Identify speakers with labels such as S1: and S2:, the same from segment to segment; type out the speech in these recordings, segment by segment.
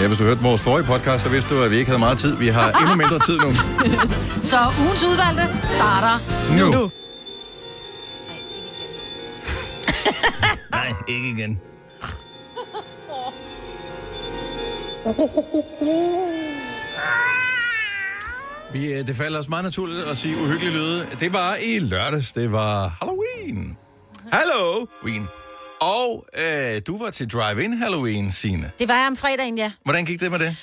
S1: Ja, hvis du hørte vores forrige podcast, så vidste du, at vi ikke havde meget tid. Vi har endnu mindre tid nu.
S2: Så ugens udvalgte starter nu.
S1: Nu.
S2: nu.
S1: Nej, ikke igen. Vi, øh, det falder os meget naturligt at sige uhyggelige lyde. Det var i lørdags. Det var Halloween. Halloween. Og øh, du var til Drive-In Halloween, Signe.
S2: Det var jeg om fredagen, ja.
S1: Hvordan gik det Altså, med det?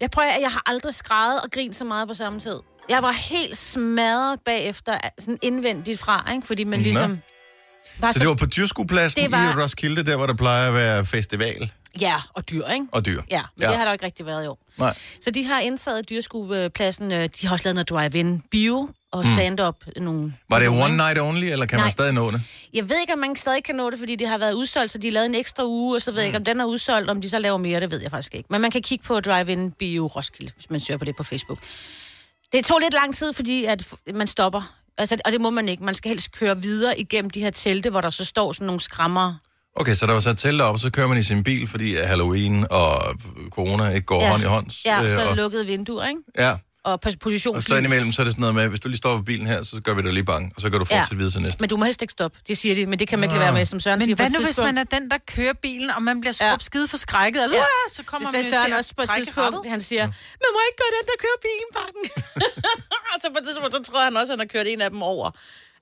S2: Jeg prøver, at jeg har aldrig skrevet og grint så meget på samme tid. Jeg var helt smadret bagefter, sådan indvendigt fra, ikke? fordi man
S1: Nå.
S2: ligesom... Var
S1: Så det var på Tyrskuepladsen
S2: Altså, Det var-
S1: i Roskilde, der hvor der plejer at være festival
S2: Ja, og dyr, ikke?
S1: og dyr.
S2: Ja, men ja. det har der jo ikke rigtig været i år.
S1: Nej.
S2: Så de har indtaget dyreskuepladsen. øh, De har også lavet noget drive-in bio og stand-up. Mm. Nogle,
S1: Var det
S2: nogle,
S1: one
S2: ikke?
S1: night only, eller kan Nej. man
S2: Nej.
S1: stadig nå det?
S2: Jeg ved ikke, om man stadig kan nå det, fordi det har været udsolgt, så de har lavet en ekstra uge, og så ved jeg ikke,
S1: Mm.
S2: om den er udsolgt, om de så laver mere, det ved jeg faktisk ikke. Men man kan kigge på Drive-In Bio Roskilde, hvis man søger på det på Facebook. Det tog lidt lang tid, fordi at f- man stopper. Altså, og det må man ikke. Man skal helst køre videre igennem de her telte, hvor der så står sådan nogle skrammer.
S1: Okay, så der var sat telt op, så kører man i sin bil, fordi at Halloween og corona ikke går ja. hånd i hånd.
S2: ja,
S1: Øh,
S2: så er
S1: og,
S2: der lukkede vinduer, ikke?
S1: ja,
S2: Og pos- position.
S1: og så indimellem, så er det sådan noget med, hvis du lige står på bilen her, så gør vi dig lige bange, og så kan du fortsætte ja.
S2: Ja.
S1: videre til næste.
S2: Men du må helst ikke stoppe, det siger de, men det kan man ikke lade være med, som Søren
S3: Men
S2: siger. på
S3: hvad
S2: et
S3: nu, hvis
S2: tidspunkt-
S3: man er den, der kører bilen, og man bliver
S2: Ja.
S3: skrubt skide forskrækket, altså,
S2: Ja.
S3: ja. så kommer man
S2: det
S3: jo
S2: sagde
S3: til
S2: Søren
S3: at
S2: også på et
S3: trække
S2: tidspunkt.
S3: rattet.
S2: Han siger, man må ikke gøre den, der kører bilen bange. og så på et tidspunkt, så tror jeg, han også, han har kørt en af dem over.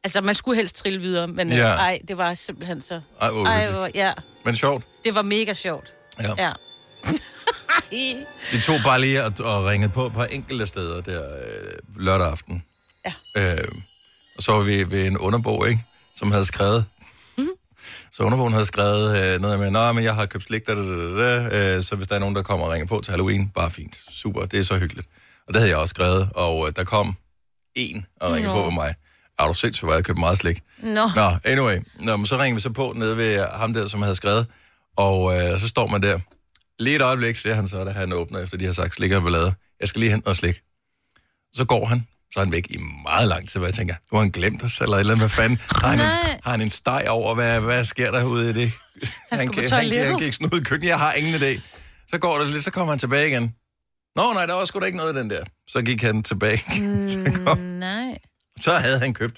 S2: Altså, man skulle helst trille videre, men
S1: Ja.
S2: ja. ej, det var simpelthen så...
S1: Ej, hvor
S2: Ej,
S1: uhyggeligt.
S2: hvor, ja,
S1: Men sjovt.
S2: det var mega sjovt.
S1: Ja. ja.
S2: Ja. Ej.
S1: Vi tog bare lige og, og ringede på på enkelte steder der øh, lørdag aften.
S2: Ja.
S1: Øh, og så var vi ved en underbog, ikke? Som havde skrevet...
S2: Mhm.
S1: Så underbogen havde skrevet øh, noget med, nej, men jeg har købt slik, da, da, da, da, øh, så hvis der er nogen, der kommer og ringer på til Halloween, bare fint. Super, det er så hyggeligt. Og det havde jeg også skrevet, og øh, der kom en og ringede
S2: Nå. Mm.
S1: på på mig. Er du sindssygt, hvor jeg har købt meget slik?
S2: Nå,
S1: Nå, anyway. Nå, men så ringer vi så på nede ved ham der, som havde skrevet. Og øh, så står man der. Lige et øjeblik ser han så, da han åbner, efter de har sagt slik og ballade. Jeg skal lige hente noget slik. Så går han. Så er han væk i meget lang tid, hvor jeg tænker, nu har han glemt os, eller et eller andet, hvad fanden? Har han, en,
S2: Nej.
S1: har han en steg over, hvad, hvad sker der ude i det? Han,
S3: skulle på
S1: kan, han, kan, han
S3: toilettet.
S1: kan ikke snude i køkkenet, jeg har ingen idé. Så går det lidt, så kommer han tilbage igen. Nå nej, der var sgu da ikke noget i den der. Så gik han tilbage. så kom
S2: nej.
S1: så havde han købt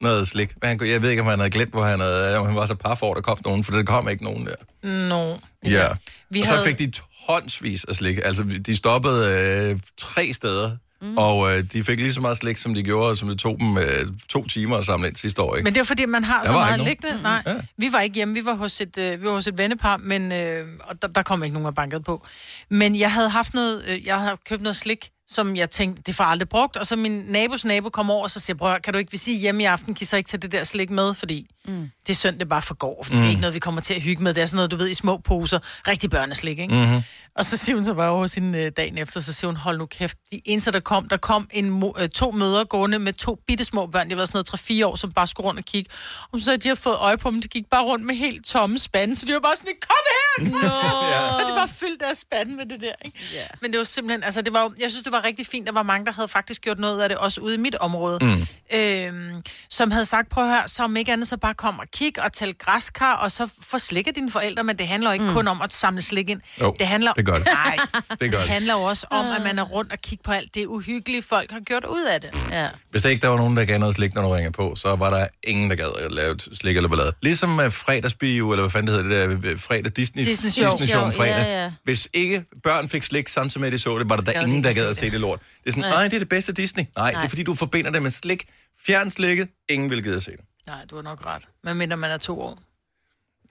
S1: noget slik. Men han, kunne- jeg ved ikke, om han havde glemt, hvor han, havde, om han var så par for, at der kom nogen, for der kom ikke nogen der.
S3: Nå.
S1: Ja.
S3: Vi
S1: og så
S3: havde-
S1: fik de tonsvis af slik. Altså, de stoppede øh, tre steder, mm. og øh, de fik lige så meget slik, som de gjorde, som det tog dem øh, to timer at samle ind sidste år. Ikke?
S3: Men det er fordi, man har så
S1: var
S3: meget
S1: ikke
S3: liggende. Nej,
S1: Ja.
S3: vi var ikke hjemme. Vi var hos et, øh, vi var hos et vennepar, men øh, og der, der kom ikke nogen og bankede på. Men jeg havde haft noget, øh, jeg havde købt noget slik, som jeg tænkte, det får jeg aldrig brugt. Og så min nabos nabo kom over og så siger, jeg, prøv at høre, kan du ikke vi sige hjemme i aften, kan I så ikke tage det der slik med, fordi mm. det er synd, det bare forgår, for mm. det er ikke noget, vi kommer til at hygge med. Det er sådan noget, du ved, i små poser, rigtig børneslik, ikke? Mm-hmm. Og så siger hun, så var jeg over hos hende øh, dagen efter, så siger hun, hold nu kæft, de eneste, der kom, der kom en mo- øh, to mødre gående med to bitte små børn, det var sådan noget 3-4 år, som bare skulle rundt og kigge. Og så sagde, de har fået øje på dem, de gik bare rundt med helt tomme spande, så de var bare sådan, kom her! Kom! Så det var fyldt deres spande med det der, ikke?
S2: Ja.
S3: Men det var simpelthen, altså det var, jo- jeg synes, det var rigtig fint, der var mange, der havde faktisk gjort noget af det, også ude i mit område, mm. øhm, som havde sagt, prøv at høre, så om ikke andet, så bare kom og kig og tæl græskar, og så få slik af dine forældre, men det handler jo ikke mm. kun om at samle slik ind.
S1: Jo,
S3: det handler
S1: det gør det.
S3: Nej,
S1: det gør
S3: det
S1: det.
S3: handler jo også om, at man er rundt og kigger på alt det uhyggelige, folk har gjort ud af det.
S2: Ja.
S1: Hvis der ikke der var nogen, der gav noget slik, når du ringer på, så var der ingen, der gad at lave slik eller ballade. Ligesom med fredagsbio, eller hvad fanden det hedder det der, øh, fredag Disney,
S3: Disney Sjov.
S1: Disney Show,
S2: Sjov, ja,
S1: fredag.
S2: ja.
S1: Hvis ikke børn fik slik samtidig med, at de så det, var der, der
S3: Gad de
S1: ingen, der
S3: ikke
S1: gad
S3: se
S1: at se
S3: det.
S1: det lort. Det er sådan, nej, det er det bedste Disney. Nej, det er fordi, du forbinder det med slik. Fjern slikket, ingen vil gide at se det.
S3: Nej, du har nok ret. Men mindre man er to år.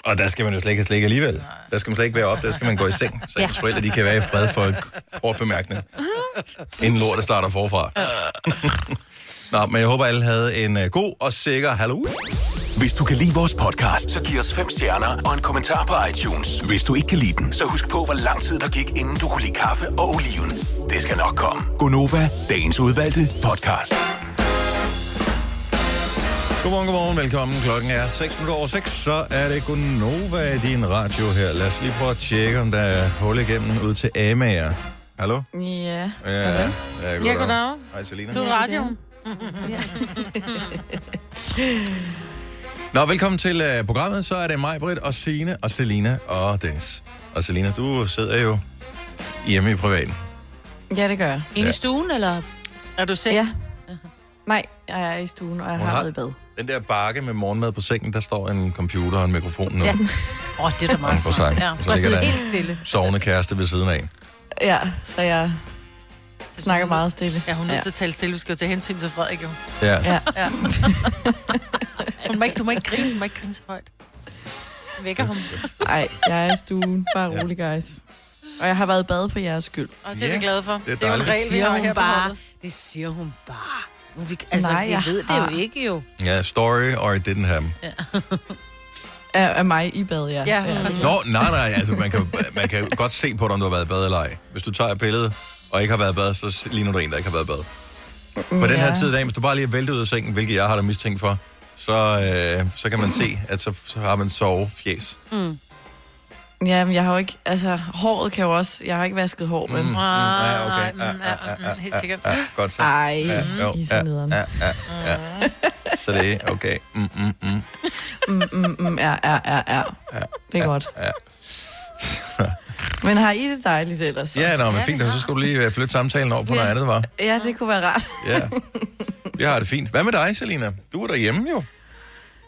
S1: Og der skal man jo slet ikke have slik alligevel. Der skal man slet ikke være op, der skal man gå i seng. Så ens forældre, de kan være i fred for en kort bemærkning. Inden lortet starter forfra. Nå, men jeg håber, alle havde en øh, god og sikker Halloween.
S4: Hvis du kan lide vores podcast, så giv os fem stjerner og en kommentar på iTunes. Hvis du ikke kan lide den, så husk på, hvor lang tid der gik, inden du kunne lide kaffe og oliven. Det skal nok komme. Gonova, dagens udvalgte podcast.
S1: Godmorgen, godmorgen, velkommen. Klokken er 6 minutter over 6, så er det Gunova i din radio her. Lad os lige prøve at tjekke, om der er hul igennem ud til Amager. Hallo?
S5: Ja.
S1: Ja, ja,
S3: Ja, goddag.
S1: Hej, Selina.
S3: Du er radioen.
S1: Nå, velkommen til uh, programmet. Så er det mig, Britt, og Sine og Selina og Dennis. Og Selina, du sidder jo hjemme i privaten.
S5: Ja, det gør jeg.
S2: Inde
S1: Ja.
S2: i stuen, eller?
S3: Er du sikker?
S5: Ja. Nej, jeg er i stuen, og jeg
S1: Hun
S5: har
S1: har-
S5: været i bad.
S1: Den der bakke med morgenmad på sengen, der står en computer og en mikrofon nu. Ja.
S2: Ja.
S3: Åh, oh, det er da meget.
S1: På sang.
S3: Ja,
S1: Ja. Så
S3: bare
S1: ligger
S3: sidde
S1: der
S3: helt
S1: en
S3: stille.
S1: sovende kæreste ved siden af.
S5: Ja, så jeg snakker meget stille.
S3: Ja, hun er nødt til at tale stille. Vi skal jo tage hensyn til Frederik, jo.
S1: Ja.
S5: Ja.
S3: Ja. hun må ikke, du må ikke grine. Du må ikke grine så højt. Jeg vækker ham.
S5: Nej, jeg er i stuen. Bare
S1: Ja.
S5: rolig, guys. Og jeg har været i bad for jeres skyld.
S3: Og det er
S1: Ja,
S3: vi glade for.
S1: det er
S3: jo en
S1: dejligt.
S3: regel, vi har her på holdet.
S2: Det siger hun bare. Hun fik, altså,
S5: Nej,
S2: Nej,
S5: jeg
S2: jeg ved det jo
S5: har-
S2: ikke jo.
S1: Ja, story or it didn't happen.
S5: Af, af mig i bad, ja.
S3: Ja, præcis.
S1: Nå, nej, nej, altså man kan, man kan godt se på dig, om du har været i bad eller ej. Hvis du tager et billede og ikke har været i bad, så ligner du en, der ikke har været i bad. På den her
S5: Ja.
S1: tid af dagen, hvis du bare lige er væltet ud af sengen, hvilket jeg har dig mistænkt for, så, øh, så kan man se, at så, så har man sovefjæs.
S2: Mm.
S5: Ja, men jeg har jo ikke... Altså, håret kan jo også... Jeg har ikke vasket hår, men...
S1: Mm,
S5: Mm.
S1: ja, okay.
S3: Mm, ja,
S1: Ja, ja,
S3: mm,
S1: ja,
S3: helt
S1: ja,
S3: sikkert.
S1: ja, Godt så.
S5: Ej, Mm,
S1: Ja, jo,
S5: I er så
S1: ja,
S5: nederen.
S1: ja, ja, ja. Så det er okay. Mm, mm, mm.
S5: Mm, mm, ja, ja, ja, ja. Det er godt.
S1: ja.
S5: Men har I det dejligt ellers?
S1: Ja, nå, men fint, og så skulle du lige øh, flytte samtalen over på noget andet, var.
S5: Ja, det kunne være rart.
S1: Ja. Jeg har det fint. Hvad med dig, Selina? Du er derhjemme jo.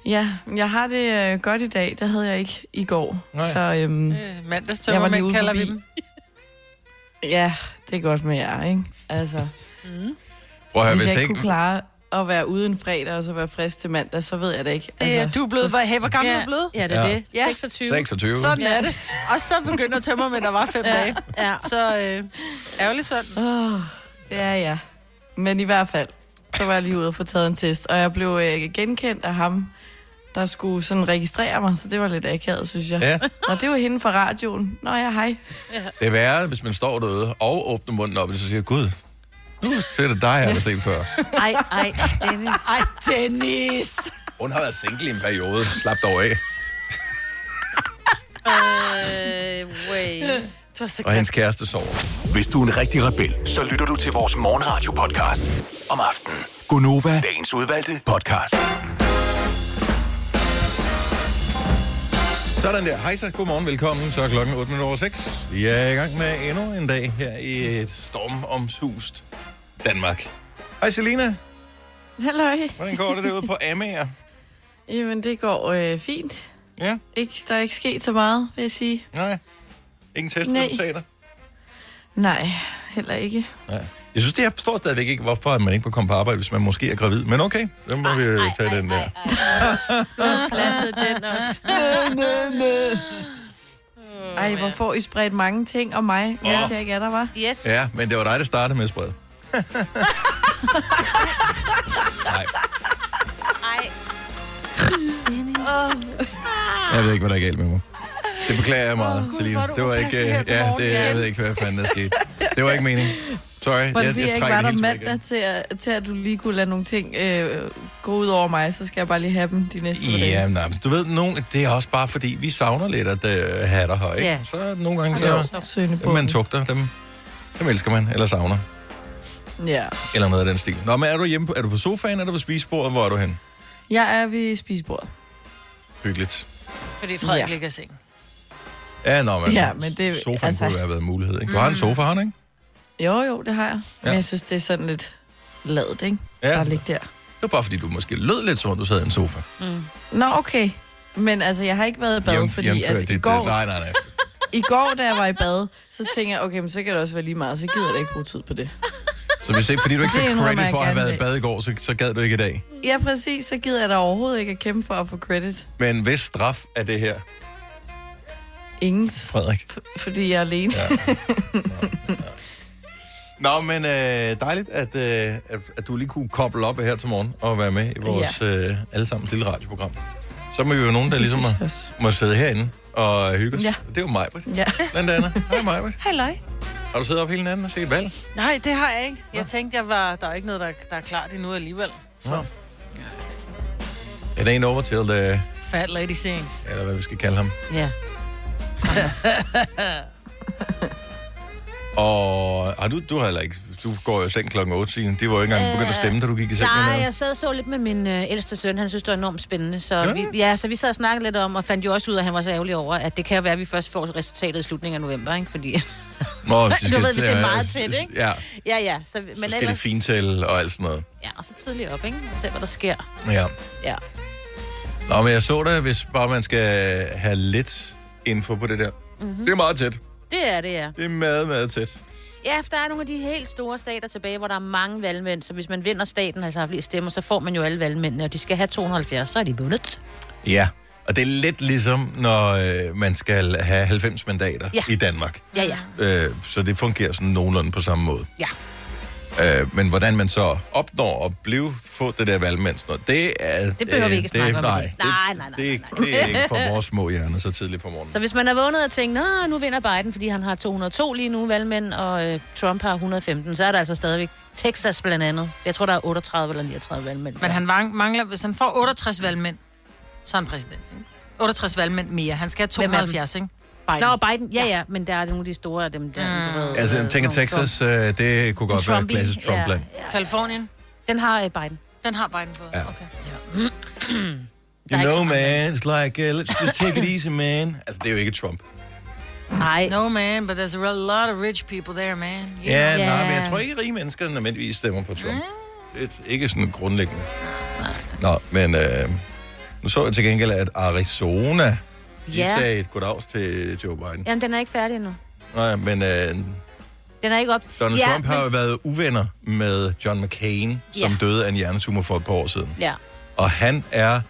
S5: Ja, men jeg har det øh, godt i dag. Det havde jeg ikke i går.
S1: Nej.
S5: Så øhm,
S3: Øh,
S5: Jeg var lige
S3: Mandagstømmermænd
S5: ude
S3: kalder vi
S5: forbi.
S3: dem.
S5: ja, det er godt med jer, ikke? Altså,
S1: Prøv at høre,
S5: hvis
S1: hvis
S5: jeg ikke
S1: ikke...
S5: kunne klare at være ude en fredag og så være frisk til mandag, så ved jeg det ikke.
S3: Det er, du er blevet,
S5: Altså, så-
S3: hvor, hey, hvor gammel er du blevet?
S2: Ja, det er
S1: Ja.
S2: det.
S3: Ja.
S2: 26.
S1: 26.
S3: Sådan er det. Og så begynder tømmermænd, der var fem dage.
S2: Ja.
S3: Så øh, ærgerligt sådan.
S5: Åh, ja, ja. Men i hvert fald, så var jeg lige ude og få taget en test, og jeg blev øh, genkendt af ham, der skulle sådan registrere mig, så det var lidt akavet, synes jeg.
S1: Ja,
S5: Nå, det var hende fra radioen. Nå ja, hej.
S1: det er værre, hvis man står derude og åbner munden op, og så siger, Gud, nu ser det dig, jeg har set før.
S2: Ej, ej, Dennis.
S3: Ej, Dennis!
S1: Hun har været single i en periode. Slap dig af.
S2: Øh, way.
S3: Du er så
S1: Og
S3: grim.
S1: hendes kæreste sover.
S4: Hvis du er en rigtig rebel, så lytter du til vores morgenradio-podcast om aftenen. Gunova, dagens udvalgte podcast.
S1: Sådan der. Hej så. Godmorgen. Velkommen. Så er klokken 8 minutter over 6. Vi er i gang med endnu en dag her i et stormomsust Danmark. Hej Selina.
S5: Halløj.
S1: Hvordan går det derude på Amager?
S5: Jamen, det går øh, fint.
S1: Ja?
S5: Ikke, der er ikke sket så meget, vil jeg sige.
S1: Nej? Ingen testresultater?
S5: Nej, heller ikke.
S1: Nej. Jeg synes, det jeg forstår stadigvæk ikke, hvorfor at man ikke må komme på arbejde, hvis man måske er gravid. Men okay, så må vi jo tage den der.
S2: Plantede den også.
S5: Ej, hvor får I spredt mange ting om mig, mens jeg ikke er der, var?
S2: Yes. Ja.
S1: Ja, men det var dig, der startede med at sprede. Nej,
S2: Ej.
S1: jeg ved ikke, hvad der er galt med mig. Det beklager jeg meget, oh, Selina. Det var ikke...
S3: upassende her
S1: øh,
S3: til
S1: Ja,
S3: morgen.
S1: det, jeg ved ikke, hvad fanden der skete. Det var ikke meningen. Sorry, jeg,
S5: Fordi
S1: jeg,
S5: jeg, jeg ikke var
S1: trækker
S5: der
S1: det hele tilbage
S5: mandag til at, til, at du lige kunne lade nogle ting øh, gå ud over mig, så skal jeg bare lige have dem de næste par
S1: igen. Ja,
S5: dage.
S1: nej, men altså, du ved, nogen, det er også bare fordi, vi savner lidt at øh, have dig her, ikke?
S2: Ja.
S1: Så nogle gange,
S5: Ja,
S1: så
S5: opsøgende
S1: dem, man
S5: bånd.
S1: tugter, dem, dem elsker man, eller savner,
S5: Ja.
S1: eller noget af den stil. Nå, men er du hjemme på, er du på sofaen, er du på spisebordet, hvor er du hen?
S5: Jeg er ved spisebordet.
S1: Hyggeligt.
S3: Fordi Frederik
S5: Ja.
S3: ligger i sengen.
S1: Ja, nå, men,
S5: Ja, men det-
S1: sofaen altså...
S5: altså- Mm.
S1: kunne jo have været en mulighed, ikke? Du har en sofa, har du, ikke?
S5: Jo, jo, det har jeg. Ja.
S1: Ja.
S5: Men jeg synes, det er sådan lidt ladet, ikke?
S1: Ja.
S5: Bare ligge der.
S1: Det var bare, fordi du måske lød lidt som om, du sad i en sofa.
S5: Nå, okay. Men altså, jeg har ikke været i bad,
S1: Jævn-
S5: fordi
S1: jævnfør
S5: at i, går,
S1: øh, nej, nej, nej.
S5: i går, da jeg var i bad, så tænkte jeg, okay, men så kan det også være lige meget, så gider jeg da ikke bruge tid på det.
S1: Så hvis ikke, fordi du ikke
S5: Det
S1: fik
S5: indrømmer
S1: credit
S5: jeg
S1: for at have
S5: gerne
S1: været i bad i går, så, så gad du ikke i dag.
S5: Ja, præcis, så gider jeg da overhovedet ikke at kæmpe for at få credit.
S1: Men hvis straf er det her,
S5: Ingens,
S1: Frederik?
S5: f- fordi jeg er alene. Ja.
S1: Nå, men øh, dejligt, at, øh, at, at du lige kunne koble op her til morgen og være med i vores øh, allesammens lille radioprogram. Så må vi jo nogen, der ligesom
S5: synes jeg
S1: må,
S5: også.
S1: må sidde herinde og hygge os. Ja.
S5: Ja.
S1: Det er jo mig, Britt.
S5: ja.
S1: Blandt andet. Hej, mig, Britt.
S3: Halløj.
S1: Har du siddet op hele natten og set valg?
S3: Nej, det har jeg ikke. Jeg tænkte, jeg var, der er ikke noget, der, der er klart endnu alligevel. Så
S1: Nå. It ain't over til, øh,
S3: fat lady sings.
S1: eller hvad vi skal kalde ham.
S2: Ja.
S1: Og har du, du har heller ikke, du går jo i seng klokken 8, Signe. Det var jo ikke engang begyndt at stemme, da du gik i seng.
S2: Nej,
S1: med
S2: jeg sad og så lidt med min øh, ældste søn. Han synes, det var enormt spændende. Så, ja. Vi, ja, så vi sad og snakkede lidt om, og fandt jo også ud af, at han var så ærgerlig over, at det kan jo være, at vi først får resultatet i slutningen af november, ikke? Fordi
S1: Nå, de
S2: Du ved,
S1: til
S2: hvis det er
S1: at-
S2: meget tæt, ikke?
S1: Ja,
S2: Ja, ja. Så, men
S1: så skal de fintælle og alt sådan noget.
S2: Ja, og så tidligt op, ikke? Og se, hvad der sker.
S1: Ja.
S2: Ja.
S1: Nå, men jeg så det, hvis bare man skal have lidt info på det der.
S2: Mhm.
S1: Mm-hmm. Det er meget tæt.
S2: Det er det, ja.
S1: Det er meget, meget tæt.
S2: Ja, for der er nogle af de helt store stater tilbage, hvor der er mange valgmænd. Så hvis man vinder staten, altså har flere stemmer, så får man jo alle valgmændene, og de skal have 270, så er de vundet.
S1: Ja, og det er lidt ligesom, når øh, man skal have 90 mandater
S2: Ja.
S1: i Danmark.
S2: Ja, ja.
S1: Øh, så det fungerer sådan nogenlunde på samme måde.
S2: Ja.
S1: Øh, men hvordan man så opnår at blive, få det der valgmændsner, det er...
S2: Det behøver vi ikke snakke om i
S1: Nej,
S2: dag. Nej, nej, nej,
S1: Det, er ikke-
S2: nej,
S1: det er ikke for vores små hjerner så tidligt på morgenen.
S2: Så hvis man er vågnet og tænkt, Nå, nu vinder Biden, fordi han har 202 lige nu valgmænd, og øh, Trump har 115, så er der altså stadigvæk Texas blandt andet. Jeg tror, der er 38 eller 39 valgmænd.
S3: Men han vang- mangler, hvis han får 68 valgmænd, så er han præsident. Ikke? 68 valgmænd mere. Han skal have
S2: Hvem er dem?
S3: 72, ikke? Biden.
S2: Nå, Biden, ja, ja, men der er nogle af de store af dem der. Mm. Ved,
S1: Altså, jeg
S2: øh,
S1: tænker,
S2: nogle-
S1: Texas, øh, det kunne godt være et
S2: Trumpy,
S1: klassisk
S2: ja.
S1: Trump-land.
S3: Kalifornien,
S2: Den har øh, Biden.
S3: den har Biden fået.
S1: Ja.
S3: Okay.
S2: er
S1: You
S2: ikke
S1: know,
S2: så
S1: man, it's like, uh, let's just take it easy, man. Altså, det er jo ikke Trump.
S2: Nej, no.
S3: No, man, but there's a real lot of rich people there, man.
S1: Ja,
S3: You
S1: yeah,
S2: Ja. Mm.
S1: nej, men jeg tror ikke, rige mennesker nødvendigvis stemmer på Trump. Det er ikke sådan grundlæggende. Nå, men øh, nu så jeg til gengæld, at Arizona, de
S2: Ja.
S1: sagde et goddags til Joe Biden.
S2: jamen den er ikke færdig endnu.
S1: Nej, men øh,
S2: Den er ikke op.
S1: Donald ja, Trump
S2: men-
S1: har jo været uvenner med John McCain, som
S2: Ja.
S1: døde af en hjernetumor for et par år siden.
S2: Ja,
S1: Og han er...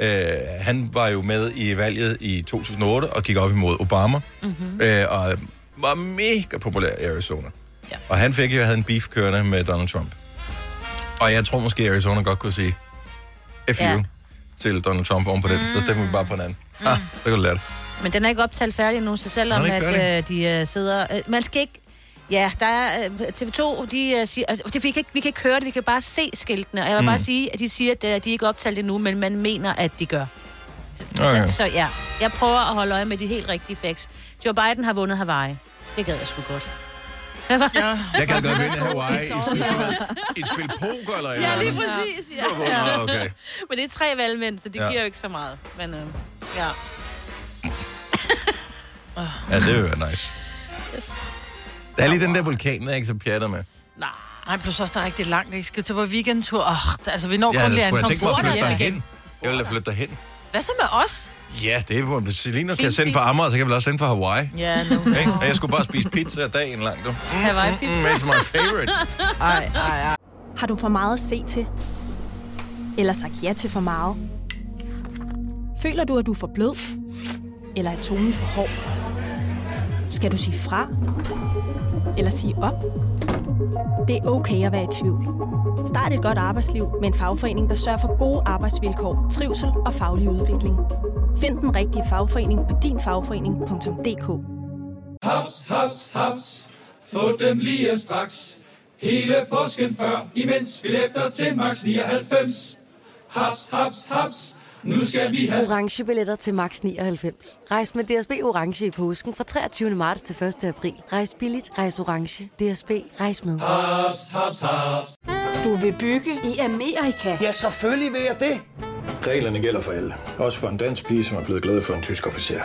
S1: Øh, han var jo med i valget i 2008 og gik op imod Obama. Mm-hmm. Øh, og var mega populær i Arizona.
S2: Ja.
S1: Og han fik jo havde en beef kørende med Donald Trump. Og jeg tror måske, at Arizona godt kunne sige F
S2: Ja.
S1: you til Donald Trump oven på den. Så stemmer vi bare på en anden. Mm. Ah, så kan du lære det.
S2: men den er ikke optalt færdig endnu, så selvom
S1: Nå, den er
S2: at,
S1: ikke
S2: øh, de øh, sidder... Øh, man skal ikke... Ja, der er, øh, TV2, de øh, siger, altså, det, vi, kan ikke, vi kan ikke høre det, vi kan bare se skiltene. Og jeg vil mm. bare sige, at de siger, at øh, de ikke er optalt endnu, men man mener, at de gør.
S1: Okay.
S2: Så, så ja, jeg prøver at holde øje med de helt rigtige facts. Joe Biden har vundet Hawaii. Det gad jeg sgu godt.
S1: Jeg kan godt vinde Hawaii i sådan et, et spil poker eller et eller andet.
S2: præcis, ja.
S1: Nå, Okay.
S2: Men det er tre valgmænd, så det
S1: Ja.
S2: ja. giver jo ikke så meget. Men øh, ja.
S1: Ja, det vil være nice. Der er lige den der vulkan, der er ikke så pjatter med.
S3: Nej, plus også, der er rigtig langt. I skal til på weekendtur. Oh, altså, vi når
S1: Ja,
S3: kun
S1: skulle
S3: lige
S1: jeg
S3: ankomst.
S1: tænke mig at
S3: Hurtigt
S1: flytte dig
S3: hjem igen.
S1: hen. Jeg vil da flytte dig hen.
S3: Hvad så med os?
S1: Ja, det er, hvor- hvis Selina skal
S2: Fint,
S1: sende fra Amager, så kan jeg vel også sende fra Hawaii.
S3: Ja, nu.
S1: Ikke? Og jeg skulle bare spise pizza dagen lang. Du. Mm,
S2: Hawaii-pizza.
S1: Mm, it's my favorite.
S5: Ej, ej, ej.
S6: Har du for meget at se til? Eller sagt ja til for meget? Føler du, at du er for blød? Eller er tonen for hård? Skal du sige fra? Eller sige op? Det er okay at være i tvivl. Start et godt arbejdsliv med en fagforening, der sørger for gode arbejdsvilkår, trivsel og faglig udvikling. Find den rigtige fagforening på dinfagforening.dk.
S7: Haps, haps, haps. Få dem lige straks. Hele påsken før, imens billetter til max 99. Haps, haps, haps. Nu skal vi have
S8: Orange billetter til max 99. Rejs med DSB Orange i påsken fra 23. marts til 1. april. Rejs billigt, rejs orange. DSB, rejs med.
S7: haps, haps, haps.
S9: Du vil bygge i Amerika?
S10: Ja, selvfølgelig vil jeg det.
S11: Reglerne gælder for alle. Også for en dansk pige, som er blevet glad for en tysk officer.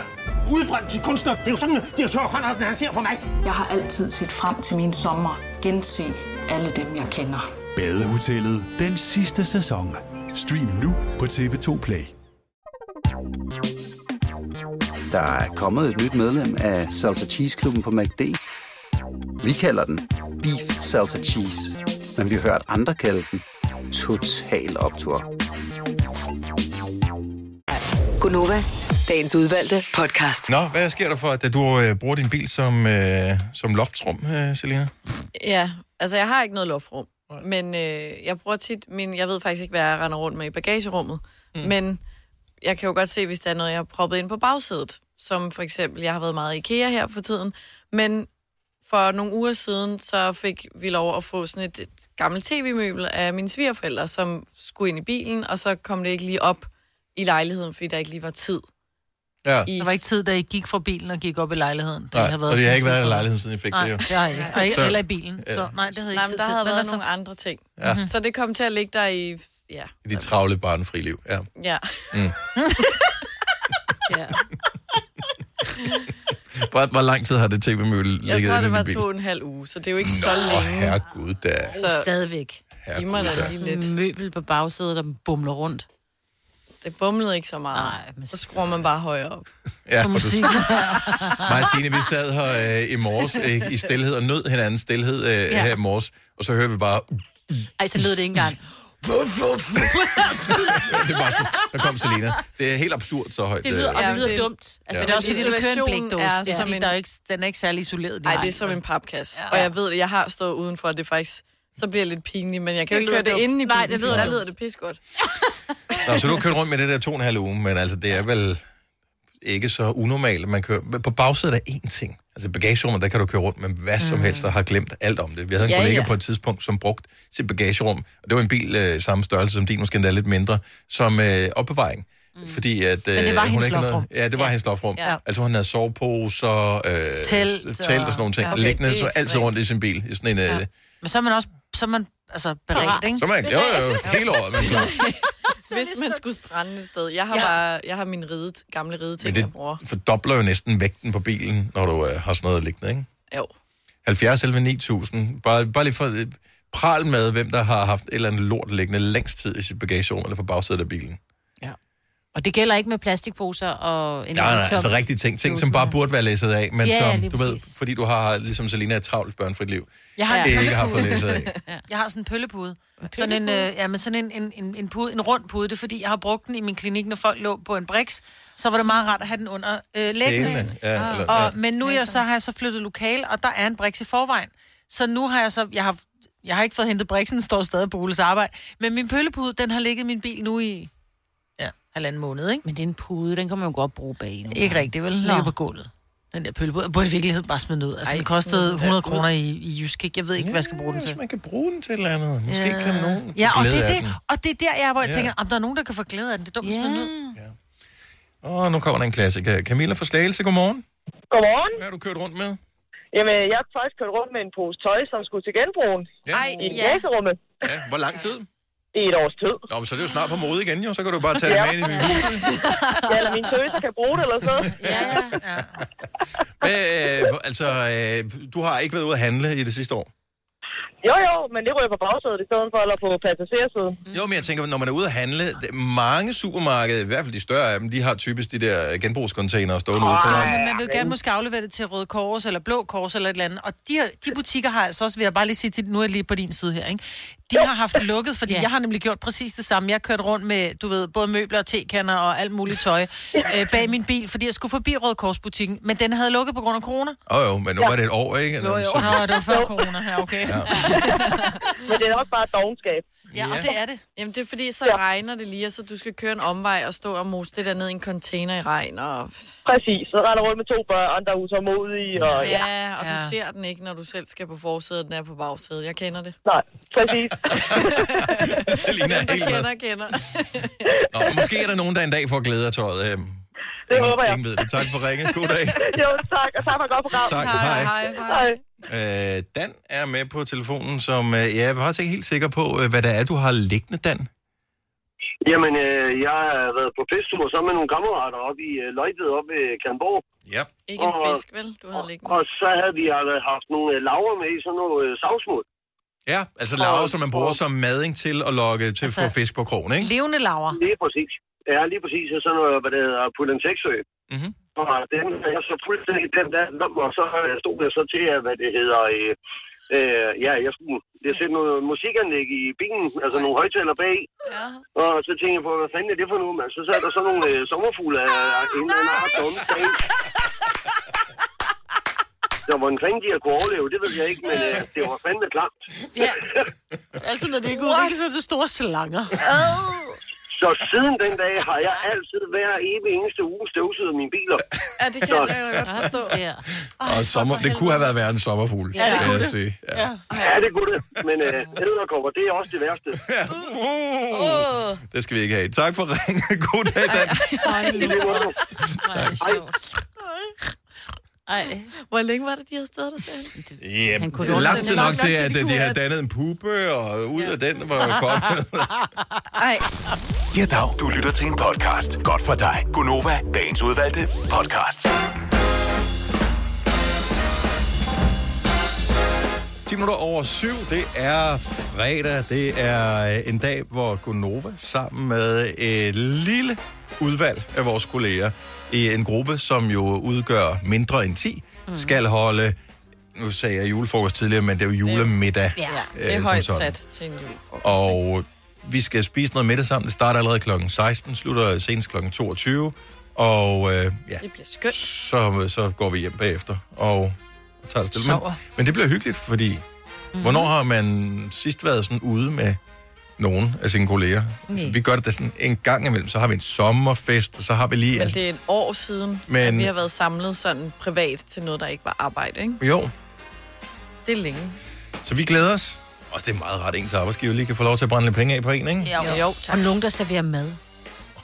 S10: Udbrændt til kunstner. Det er jo sådan, at de har tørt, han ser på mig.
S9: Jeg har altid set frem til min sommer. Gense alle dem, jeg kender.
S4: Badehotellet den sidste sæson. Stream nu på TV2 Play.
S11: Der er kommet et nyt medlem af Salsa Cheese Klubben på MACD. Vi kalder den Beef Salsa Cheese. Men vi har hørt andre kalde den Total Optor.
S8: Gunova, dagens udvalgte podcast.
S1: Nå, hvad sker der for, at du øh, bruger din bil som, øh, som loftsrum, øh, Selina?
S5: Ja, altså jeg har ikke noget luftrum, men øh, jeg bruger tit min... Jeg ved faktisk ikke, hvad jeg render rundt med i bagagerummet, mm. men jeg kan jo godt se, hvis der er noget, jeg har proppet ind på bagsædet. Som for eksempel, jeg har været meget i IKEA her for tiden, men for nogle uger siden, så fik vi lov at få sådan et, et gammelt tv-møbel af mine svigerforældre, som skulle ind i bilen, og så kom det ikke lige op i lejligheden, fordi der ikke lige var tid.
S1: Ja.
S5: I,
S3: Der var ikke tid, da I gik fra bilen og gik op i lejligheden. Det
S1: Nej,
S3: har
S1: og det har ikke været i
S3: sådan-
S1: lejligheden, siden jeg fik
S3: Nej,
S1: det jo.
S3: det har jeg ikke. Og ikke
S1: Så-
S3: eller i bilen. Så nej, det havde jeg
S9: Nej,
S3: ikke
S9: men
S3: tid
S9: der
S3: til.
S9: havde
S3: Hvad
S9: været
S3: så?
S9: nogle andre ting.
S1: Ja.
S5: Mhm.
S9: Så det kom til at ligge der i... Ja,
S1: I dit travle barnfri liv. Ja.
S9: ja.
S2: Ja.
S1: Hvor, hvor lang tid har det tv-mølle ligget
S5: Jeg tror,
S1: inde
S5: det
S1: i
S5: var
S1: din bil?
S5: to og en halv uge, så det er jo ikke Nå, så
S1: Nå,
S5: længe.
S1: herregud da.
S5: Så
S2: stadigvæk.
S5: Giv mig da lige Øh, lidt.
S2: møbel på bagsædet, der bumler rundt.
S5: Det bumlede ikke så meget. Nej, men... Så skruer man bare højere op.
S1: Ja, og du, mig og Signe, vi sad her øh, i morges øh, i stillhed og nød hinandens stillhed øh,
S2: Ja.
S1: ja. her i morges, og så hører vi bare,
S2: Ej, så lød det ikke engang.
S1: det var sådan, der kom Selena. Det er helt absurd så højt. øh,
S2: Det lyder, og det lyder dumt.
S1: Ja.
S2: Altså, det er også fordi, det kører en
S5: Isolationen
S2: blikdåse.
S5: er
S2: Det er,
S5: som
S2: fordi,
S5: en-
S2: der er jo ikke, den er ikke særlig isoleret.
S5: Nej, det er som en papkasse. Ja. Og jeg ved, at jeg har stået udenfor, og det er faktisk... Så bliver jeg lidt pinligt, men jeg kan
S2: Det
S5: jo ikke
S2: lyder
S5: høre det
S2: dumt.
S5: inde i bilen.
S2: Nej, det lyder
S5: der
S2: dumt.
S5: lyder det pisgodt.
S1: Nå, så du har kørt rundt med det der to og en halv uge, men altså, det er vel ikke så unormalt. Man kører, men på bagsædet er én ting. Altså i bagagerummet, der kan du køre rundt med hvad som helst, der har glemt alt om det. Vi havde en
S12: Ja,
S1: ja, kollega
S12: ja.
S1: ja. på et tidspunkt, som brugte sit bagagerum, og det var en bil øh, samme størrelse som din, måske endda lidt mindre, som øh, opbevaring. Mm. Fordi at, øh,
S12: Men det var hendes
S1: ikke havde-
S12: lofrum.
S1: Ja, det var ja. hendes lofrum.
S12: Ja.
S1: Ja. Altså hun havde soveposer, øh,
S3: Telt
S1: telt,
S3: og-
S1: og... telt og sådan nogle ting.
S3: Ja,
S1: Ja,
S3: okay,
S1: okay,
S3: det
S1: liggende
S3: er
S1: så altid
S3: ekstremt.
S1: rundt i sin bil. I sådan en, øh, ja.
S3: Men så er man også så er man, altså, beredt, ikke?
S1: Så er man, jo, jo, jo, hele året. Man klar.
S5: Hvis man skulle strande et sted. Jeg har, ja. bare, jeg har min ride, gamle rideting, jeg bruger.
S1: det fordobler jo næsten vægten på bilen, når du øh, har sådan noget liggende, ikke?
S5: Jo.
S1: 70 11 9000. Bare, bare lige for øh, pral med, hvem der har haft et eller andet lort liggende længst tid i sit bagagerum eller på bagsædet af bilen.
S2: Og det gælder ikke med plastikposer og en
S1: Ja, nej, nej,
S2: laptop.
S1: altså rigtige ting. Ting, som bare burde være læsset af, men
S2: Ja, ja,
S1: som,
S2: lige
S1: du ved, fordi du har, ligesom Selina, et travlt børnefrit liv.
S3: Jeg har en
S1: det ikke har fået
S3: pøllepude.
S1: læsset af.
S3: Ja. Jeg har sådan en pøllepude. Sådan en, øh, ja, men sådan en, en, en, en, pude, en rund pude. Det er fordi, jeg har brugt den i min klinik, når folk lå på en briks. Så var det meget rart at have den under øh, læggene.
S1: Hælene, ja,
S3: Ah.
S1: eller-
S3: og,
S1: ja.
S3: Men nu er jeg så, har jeg så flyttet lokal, og der er en briks i forvejen. Så nu har jeg så... Jeg har, jeg har ikke fået hentet briksen, den står stadig på Oles arbejde. Men min pøllepude, den har ligget i min bil nu i ja, halvanden måned, ikke?
S2: Men det er en pude, den kan man jo godt bruge bag.
S3: Ikke rigtigt, vel? Ligger på gulvet. Den der pøllepude. Jeg burde i virkeligheden bare smide den ud. Altså,
S2: Ej,
S3: den
S2: smid
S3: kostede
S2: den
S3: 100
S2: ud.
S3: kroner i, i Jysk, ikke? Jeg ved ikke, hvad jeg skal bruge den til.
S1: man kan bruge den til et eller andet. Måske kan nogen få
S3: Ja, og
S1: glæde
S3: det, er
S1: af
S3: det,
S1: den.
S3: og det er der, jeg, er, hvor jeg
S1: Ja.
S3: tænker, om der er nogen, der kan få glæde af den. Det er dumt at smide den ud.
S1: Og nu kommer der en klassiker. Camilla fra Slagelse, godmorgen.
S13: Godmorgen.
S1: Hvad har du kørt rundt med?
S13: Jamen, jeg har faktisk kørt rundt med en pose tøj, som skulle til genbrugen.
S1: Ja. Ej,
S13: I
S1: ja.
S13: bagagerummet.
S1: Ja, hvor lang tid?
S13: I et års tid.
S1: Nå, men så er det jo snart på mode igen, jo. Så kan du bare tage det med ind i din hus.
S13: Ja, eller mine tøser kan bruge det eller sådan noget.
S1: Øh, altså, øh, du har ikke været ude at handle i det sidste år?
S13: Jo, jo, men det ryger på bagsædet i stedet for, eller på passagersiden.
S1: Mm. Jo, men jeg tænker, når man er ude at handle, det- mange supermarkeder, i hvert fald de større af dem, de har typisk de der genbrugscontainere stående ude
S3: Nej,
S1: foran.
S3: men man vil jo gerne måske aflevere det til Røde Kors eller Blå Kors eller et eller andet. Og de, her- de butikker har altså også, vil jeg bare lige sige til, nu er jeg lige på din side her, ikke? De har haft lukket, fordi jeg har nemlig gjort præcis det samme. Jeg har kørt rundt med, du ved, både møbler og tekander og alt muligt tøj øh, bag min bil, fordi jeg skulle forbi Røde Kors-butikken, men den havde lukket på grund af corona.
S1: Åh oh, jo, men nu var det et år, ikke?
S3: Jo, jo. Nå, det var før corona her, okay. Ja.
S13: Men det er også bare dogenskab.
S3: Ja, og det er det.
S5: Jamen, det er fordi, så regner det lige, og så du skal køre en omvej og stå og mose det der ned i en container i regn. Og...
S13: Præcis, så render rundt med to børn, der er utålmodige. Og, ja.
S5: Ja, og du ser den ikke, når du selv skal på forsædet, den er på bagsædet. Jeg kender det.
S13: Nej, præcis.
S1: Selina er helt med.
S5: Kender, kender.
S1: Nå, måske er der nogen, der en dag får glæde af tøjet. Øh,
S13: Det håber jeg.
S1: ingen ved det. Tak for ringet. God dag.
S13: jo, tak. Og tak for et godt program.
S1: Tak, hej. Hej,
S13: hej.
S1: Øh, Dan er med på telefonen, som øh, jeg er faktisk ikke helt sikker på, øh, hvad det er, du har liggende, Dan.
S14: Jamen, øh, jeg har været på festur sammen med nogle kammerater oppe i øh, Løjtved oppe ved Kalmborg.
S1: Ja.
S5: Ikke en fisk, vel? Du havde liggende.
S14: Og så havde vi altså haft nogle øh, laver med i sådan noget øh, savsmuld.
S1: Ja, altså laver, som man bruger som mading til at lokke til at få fisk på krogen, ikke?
S3: Levende laver.
S14: Altså, Lige præcis. Ja, lige præcis. Og sådan noget, hvad det hedder, Pullentexø.
S1: Mhm.
S14: Og den havde jeg så fuldstændig den der nummer, og så øh, stod jeg så til, at, hvad det hedder... Øh, øh, ja, jeg skulle jeg sætte noget musikanlæg i bilen, altså nogle højtaler bag.
S5: Ja.
S14: Og så tænkte jeg på, hvad fanden er det for noget, mand? Så sad der sådan nogle øh, sommerfugle af øh, en eller anden art dumme bag. Så hvordan fanden de har kunne overleve, det ved jeg ikke, men øh, det var fandme klamt.
S3: Altså, når det ikke udvikler sig til store slanger.
S14: Så siden den dag har jeg altid hver evig eneste uge støvsuget mine biler.
S5: Ja, det
S14: kan
S5: jeg godt forstå.
S2: Ja.
S1: Og sommer, det kunne have været værre en sommerfugl,
S14: Ja, det
S1: vil
S14: kunne
S1: jeg
S14: det.
S1: sige.
S14: Ja. ja, det kunne det. Men øh, æderkopper, det er også det værste.
S1: Ja.
S5: Åh.
S1: Det skal vi ikke have. Tak for ringen. God dag, Dan.
S2: Ej.
S5: Hvor længe var det, de havde stået der selv?
S1: Ja,
S5: Han kunne
S1: det er
S5: godt
S1: lang
S5: sende
S1: tid
S5: det.
S1: nok til,
S5: Lang tid,
S1: at
S5: de
S1: øh, de
S5: kunne
S1: har
S5: have
S1: dannet en puppe, og ud af den var kommet.
S5: Ej.
S4: Ja, dag. Du lytter til en podcast. Godt for dig. Gunova, dagens udvalgte podcast.
S1: 10 minutter over 7, det er fredag. Det er øh, en dag, hvor Gunova sammen med et lille udvalg af vores kolleger i en gruppe, som jo udgør mindre end 10,
S5: Mhm.
S1: mm. skal holde, nu sagde jeg julefrokost tidligere, men det er jo julemiddag.
S5: Ja,
S1: øh,
S5: det er
S1: som
S5: højt
S1: sådan.
S5: sat til en julefrokost.
S1: Og vi skal spise noget middag sammen. Det starter allerede kl. 16, slutter senest kl. 22. Og øh, ja,
S5: Det bliver skønt.
S1: så, så går vi hjem bagefter og tager det stille. Men,
S5: Sover.
S1: men det bliver hyggeligt, fordi mm-hmm. hvornår har man sidst været sådan ude med nogen af sine kolleger? Altså,
S5: Nej.
S1: vi gør det da sådan en gang imellem. Så har vi en sommerfest, og så har vi lige...
S5: Men
S1: Altså,
S5: det er et år siden, men... at
S1: Men-
S5: vi har været samlet sådan privat til noget, der ikke var arbejde, ikke?
S1: jo,
S5: Det er længe.
S1: så vi glæder os. Og det er meget rart, ens arbejdsgiver lige kan få lov til at brænde lidt penge af på en, ikke?
S3: Jo, jo tak.
S2: Og nogen, der serverer mad.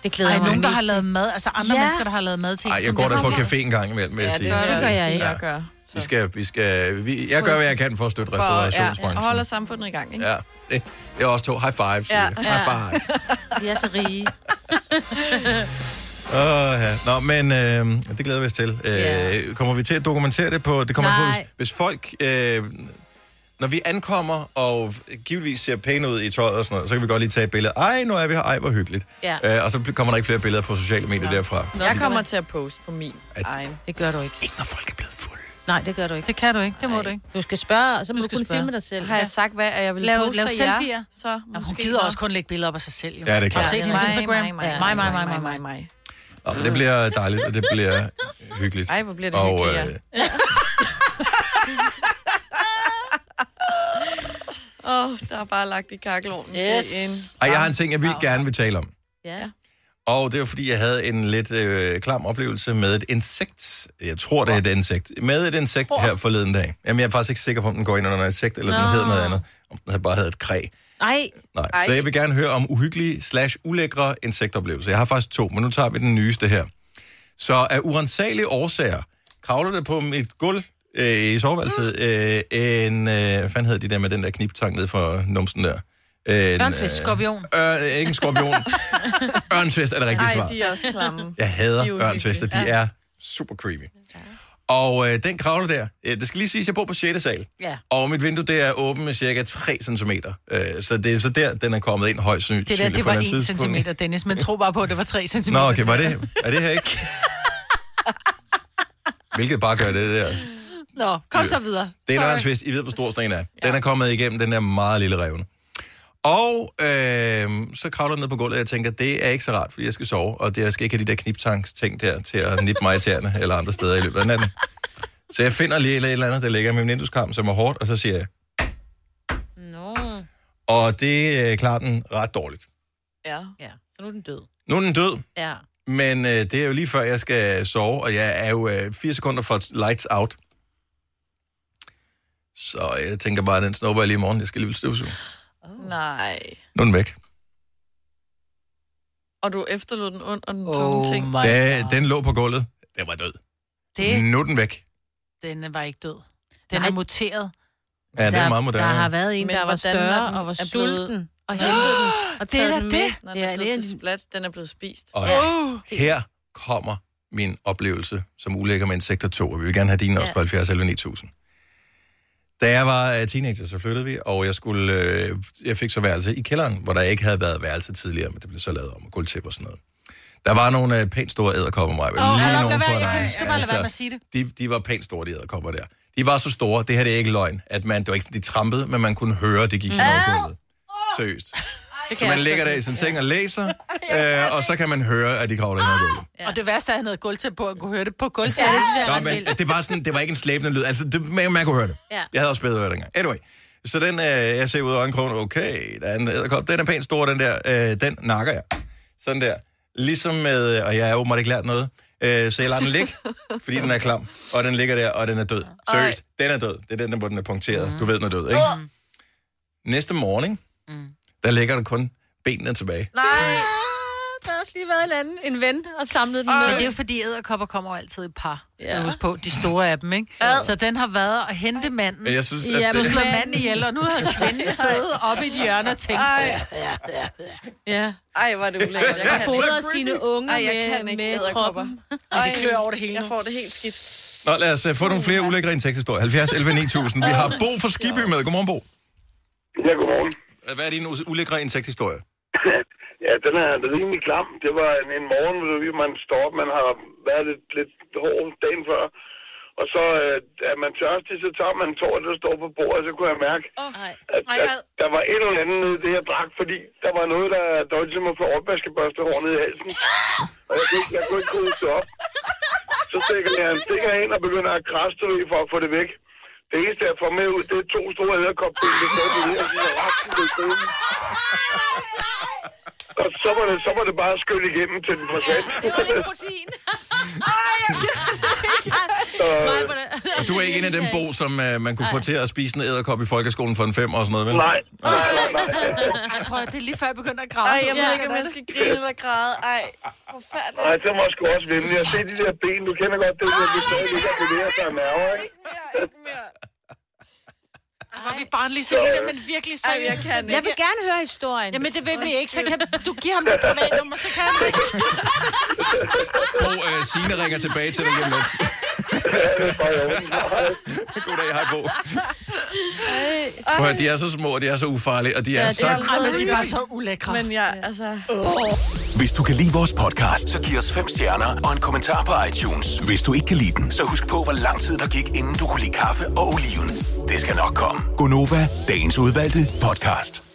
S2: Det glæder
S3: Ej,
S2: jeg mig
S3: nogen, der
S2: mest
S3: har
S2: til.
S3: lavet mad. Altså andre
S2: Ja.
S3: ja. mennesker, der har lavet mad til en,
S1: Nej, jeg
S3: som ligesom
S1: går
S3: det
S1: da på
S3: smager.
S1: café en gang imellem, vil jeg
S5: Ja, det
S1: sige.
S5: gør, det
S2: gør jeg ikke.
S5: Jeg gør.
S1: Vi skal, vi skal, vi, jeg gør, hvad jeg kan for at støtte
S5: For, ja,
S1: restaurationsbranchen.
S5: og holder samfundet i gang, ikke?
S1: Ja, det, det er også to. High five, siger ja. High five.
S2: Vi er så rige.
S1: Åh, ja. Nå, men øh, det glæder vi os til. Øh,
S2: Ja.
S1: Kommer vi til at dokumentere det på... Det kommer an på,
S2: Nej.
S1: hvis, hvis folk... Øh, når vi ankommer og givetvis ser pæne ud i tøjet og sådan noget, så kan vi godt lige tage et billede. Ej, nu er vi her. Ej, hvor hyggeligt.
S5: Ja.
S1: Øh, og så bl- kommer der ikke flere billeder på sociale medier derfra.
S5: Jeg kommer til at poste på min egen.
S2: Det gør du ikke.
S1: Ikke når folk er blevet
S2: Nej, det gør du ikke.
S3: Det kan du ikke, det må du ikke.
S2: Du skal spørge, og så må
S3: Du
S2: du,
S3: skal
S2: kunne
S3: spørge.
S2: filme dig selv.
S5: Har jeg sagt, hvad at jeg vil
S3: Lav,
S5: poste
S3: lav
S5: af
S3: selfier.
S5: Så
S3: Ja, hun
S5: måske
S3: gider
S5: nok.
S3: også kun lægge billeder op af sig selv. Jo.
S1: Ja, det er klart.
S3: Har du set hendes
S5: Mig,
S3: Instagram?
S5: mig, mig,
S3: Ja. mig, mig, mig, mig, mig.
S5: mig.
S1: Nå, men det bliver dejligt, og det bliver hyggeligt.
S5: Ej, hvor bliver det
S1: og, øh,
S5: hyggeligt, ja. Åh, oh, der er bare lagt i kakkelovnen
S2: Yes.
S5: til en...
S1: Ej, jeg har en ting, jeg vildt gerne vil tale om.
S2: Ja.
S1: Og det var, fordi jeg havde en lidt øh, klam oplevelse med et insekt. Jeg tror, det er et insekt. Med et insekt her forleden dag. Jamen, jeg er faktisk ikke sikker på, om den går ind under et insekt, eller Nå. den
S2: Nå.
S1: hedder noget andet. Om den havde bare hedder et kræ.
S2: Nej.
S1: Nej.
S2: Ej.
S1: Så jeg vil gerne høre om uhyggelige slash ulækre insektoplevelser. Jeg har faktisk to, men nu tager vi den nyeste her. Så af urensagelige årsager kravler det på mit gulv øh, i soveværelset øh, en... Øh, hvad fanden hedder de der med den der kniptang ned for numsen der? En,
S3: Ørnfisk, skorpion.
S1: Øh, øh, ikke en skorpion. Ørnfisk er det rigtige svar.
S5: Nej, de er også klamme.
S1: Jeg hader
S5: De er uhyggelige.
S1: ørntvister. De
S5: Ja.
S1: er super creepy. Og øh, den kravler der. Øh, det skal lige siges, at jeg bor på 6. sal.
S2: Ja.
S1: Og mit vindue, det er åbent med cirka 3 cm. Øh, så det er så der, den er kommet ind højst sandsynligt.
S3: Det der, det
S1: på
S3: var
S1: et eller andet
S3: 1
S1: tidspunkt.
S3: cm, Dennis, men tro bare på, at det var 3 cm.
S1: Nå, okay, var det, er det her ikke? Hvilket bare gør det der.
S3: Nå, kom så videre.
S1: Det er en ørnsfisk. I ved, hvor stor sådan en er. Den er kommet igennem den der meget lille revne. Og øh, så kravler den ned på gulvet, og jeg tænker, det er ikke så rart, fordi jeg skal sove, og det, jeg skal ikke have de der kniptanks ting der til at nippe mig i tæerne eller andre steder i løbet af natten. Så jeg finder lige et eller andet, der ligger med min vindueskarm, som er hårdt, og så siger jeg,
S2: Nå.
S1: og det øh, klarer den ret dårligt.
S5: Ja.
S2: ja. Så nu er den død.
S1: Nu er den død,
S2: Ja.
S1: men øh, det er jo lige før, jeg skal sove, og jeg er jo øh, fire sekunder for lights out. Så jeg tænker bare, den snupper jeg lige i morgen, jeg skal alligevel støvsuge.
S5: Nej.
S1: Nu er den væk.
S5: Og du efterlod den under den tunge ting.
S1: Da, den lå på gulvet. Den var død.
S3: Det-
S1: Nu er den væk.
S3: Den var ikke død. Den er muteret.
S1: Ja, det er meget
S2: Der
S1: moderne.
S2: har været en,
S5: Men
S2: der var
S5: hvordan, når
S2: større
S5: den
S2: og var
S5: er blevet-
S2: sulten og hentede den og
S3: Det er
S2: taget
S3: da
S2: den
S3: det.
S2: med.
S5: Når den er
S2: det er
S5: blevet
S2: en-
S5: til splat, den er blevet spist.
S1: Og her kommer min oplevelse som ulækker med insekter 2, og vi vil gerne have din også
S5: Ja.
S1: på 70 11 9000. Da jeg var øh, teenager, så flyttede vi, og jeg, skulle, øh, jeg fik så værelse i kælderen, hvor der ikke havde været værelse tidligere, men det blev så lavet om, og gulvtæppe og sådan noget. Der var nogle øh, pænt store æderkopper, mig.
S3: Åh, hold op, lad være. Jeg kan- du skal bare lade være med at sige det.
S1: De, de var pænt store, de æderkopper der. De var så store, det her det er ikke løgn, at man, det var ikke sådan, de trampede, men man kunne høre, det gik mm. over gulvet. Seriøst. Så man ligger der i sin seng og læser, øh, og så kan man høre, at de kravler ind over gulvet.
S3: Og det værste er, at han havde gulvtæppe på, og kunne høre det på gulvtæppe. Ja, det synes jeg
S1: Nå, men det var, sådan, det var ikke en slæbende lyd. Altså, det, man, man kunne høre det.
S3: Ja.
S1: Jeg havde også bedre hørt dengang. Anyway, så den, øh, jeg ser ud af øjenkrogen, okay, der er en æderkop. Den er pænt stor, den der. Øh, den nakker jeg. Sådan der. Ligesom med, øh, og jeg er åbenbart ikke lært noget, øh, så jeg lader den ligge, fordi den er klam, og den ligger der, og den er død. Seriøst, den er død. Det er den, der, hvor den er punkteret. Du ved, den er død, ikke? Næste morgen, ikke? der ligger der kun benene tilbage.
S2: Nej. Der har også lige været en anden, en ven, og samlede den
S3: Men
S2: med.
S3: det er jo fordi, æderkopper kommer jo altid i par. Skal
S2: Ja.
S3: ja. huske på, de store af dem, ikke? Så den har været at hente manden.
S1: Men jeg synes, at
S3: ja,
S1: det-
S3: du slår manden ihjel, og nu har kvinden siddet oppe i et hjørne og tænkt,
S5: Ej.
S2: Ja.
S5: Ej, var det ulækkert. Jeg
S2: Han
S5: kan
S2: fodrer
S5: ikke.
S2: sine unger
S5: Ej, jeg
S2: med-
S5: kan ikke
S2: med
S5: edderkopper.
S2: kroppen.
S5: Ej,
S3: det klør over det hele
S5: Jeg
S3: nu.
S5: får det helt skidt.
S1: Nå, lad os uh, få nogle flere ulækre indtægtshistorier. 70 11 9000. Vi har Bo fra Skiby med. Godmorgen, Bo.
S12: Ja, godmorgen.
S1: Hvad er din us- ulækre indtægtshistorie?
S12: Ja, den er rimelig klam. Det var en, en morgen, hvor vi- man står op, man har været lidt, lidt hård dagen før. Og så øh, er man tørstig, så tager man en tår, der står på bordet, så kunne jeg mærke,
S3: oh,
S12: at, at Altså, der var et eller andet nede i det her drak, fordi der var noget, der der var ligesom at få opvaskebørste hår ned i halsen. Og jeg kunne, ikke- jeg kunne ikke kunne det op. Så stikker jeg en stikker ind og begynder at krasse det ud for at få det væk. Det eneste, jeg får med ud, det er to store æderkoppinde, der står på det her, og resten blev siddende. Og så var det, så var det bare skyllet igennem til den forsvandt.
S2: protein.
S1: Og du er ikke en af dem, Bo, som uh, man kunne få til at spise en æderkop i folkeskolen for en fem og sådan noget, vel?
S12: Nej.
S3: Ej, prøv, at- det er lige før jeg begynder at græde.
S5: Ej, jeg ved
S3: Ja.
S5: ikke, om jeg skal grine eller græde. Ej, forfærdeligt.
S12: Nej, det var sgu også vemmelig. Jeg se de der ben, du kender godt det, der vi stadig ligger og bevæger sig af nerver, ikke?
S3: Var vi barnlige, Selina, men virkelig så.
S5: Ej, jeg kan
S2: Jeg vil
S5: ikke.
S2: gerne høre historien.
S3: Jamen, det vil vi ikke. Så kan du give ham det privatnummer, så kan han ikke.
S1: Bo, uh, Signe ringer tilbage til dig lige om lidt. Goddag, hej Bo. Prøv, at høre, de er så små, og de er så ufarlige, og de er
S5: Ja,
S1: ja,
S5: det
S1: så...
S5: er
S1: cool.
S3: Ej, men de er bare så ulækre.
S5: Men jeg, altså...
S4: Hvis du kan lide vores podcast, så giv os fem stjerner og en kommentar på iTunes. Hvis du ikke kan lide den, så husk på, hvor lang tid der gik, inden du kunne lide kaffe og oliven. Det skal nok komme.
S1: Gonova, dagens udvalgte podcast.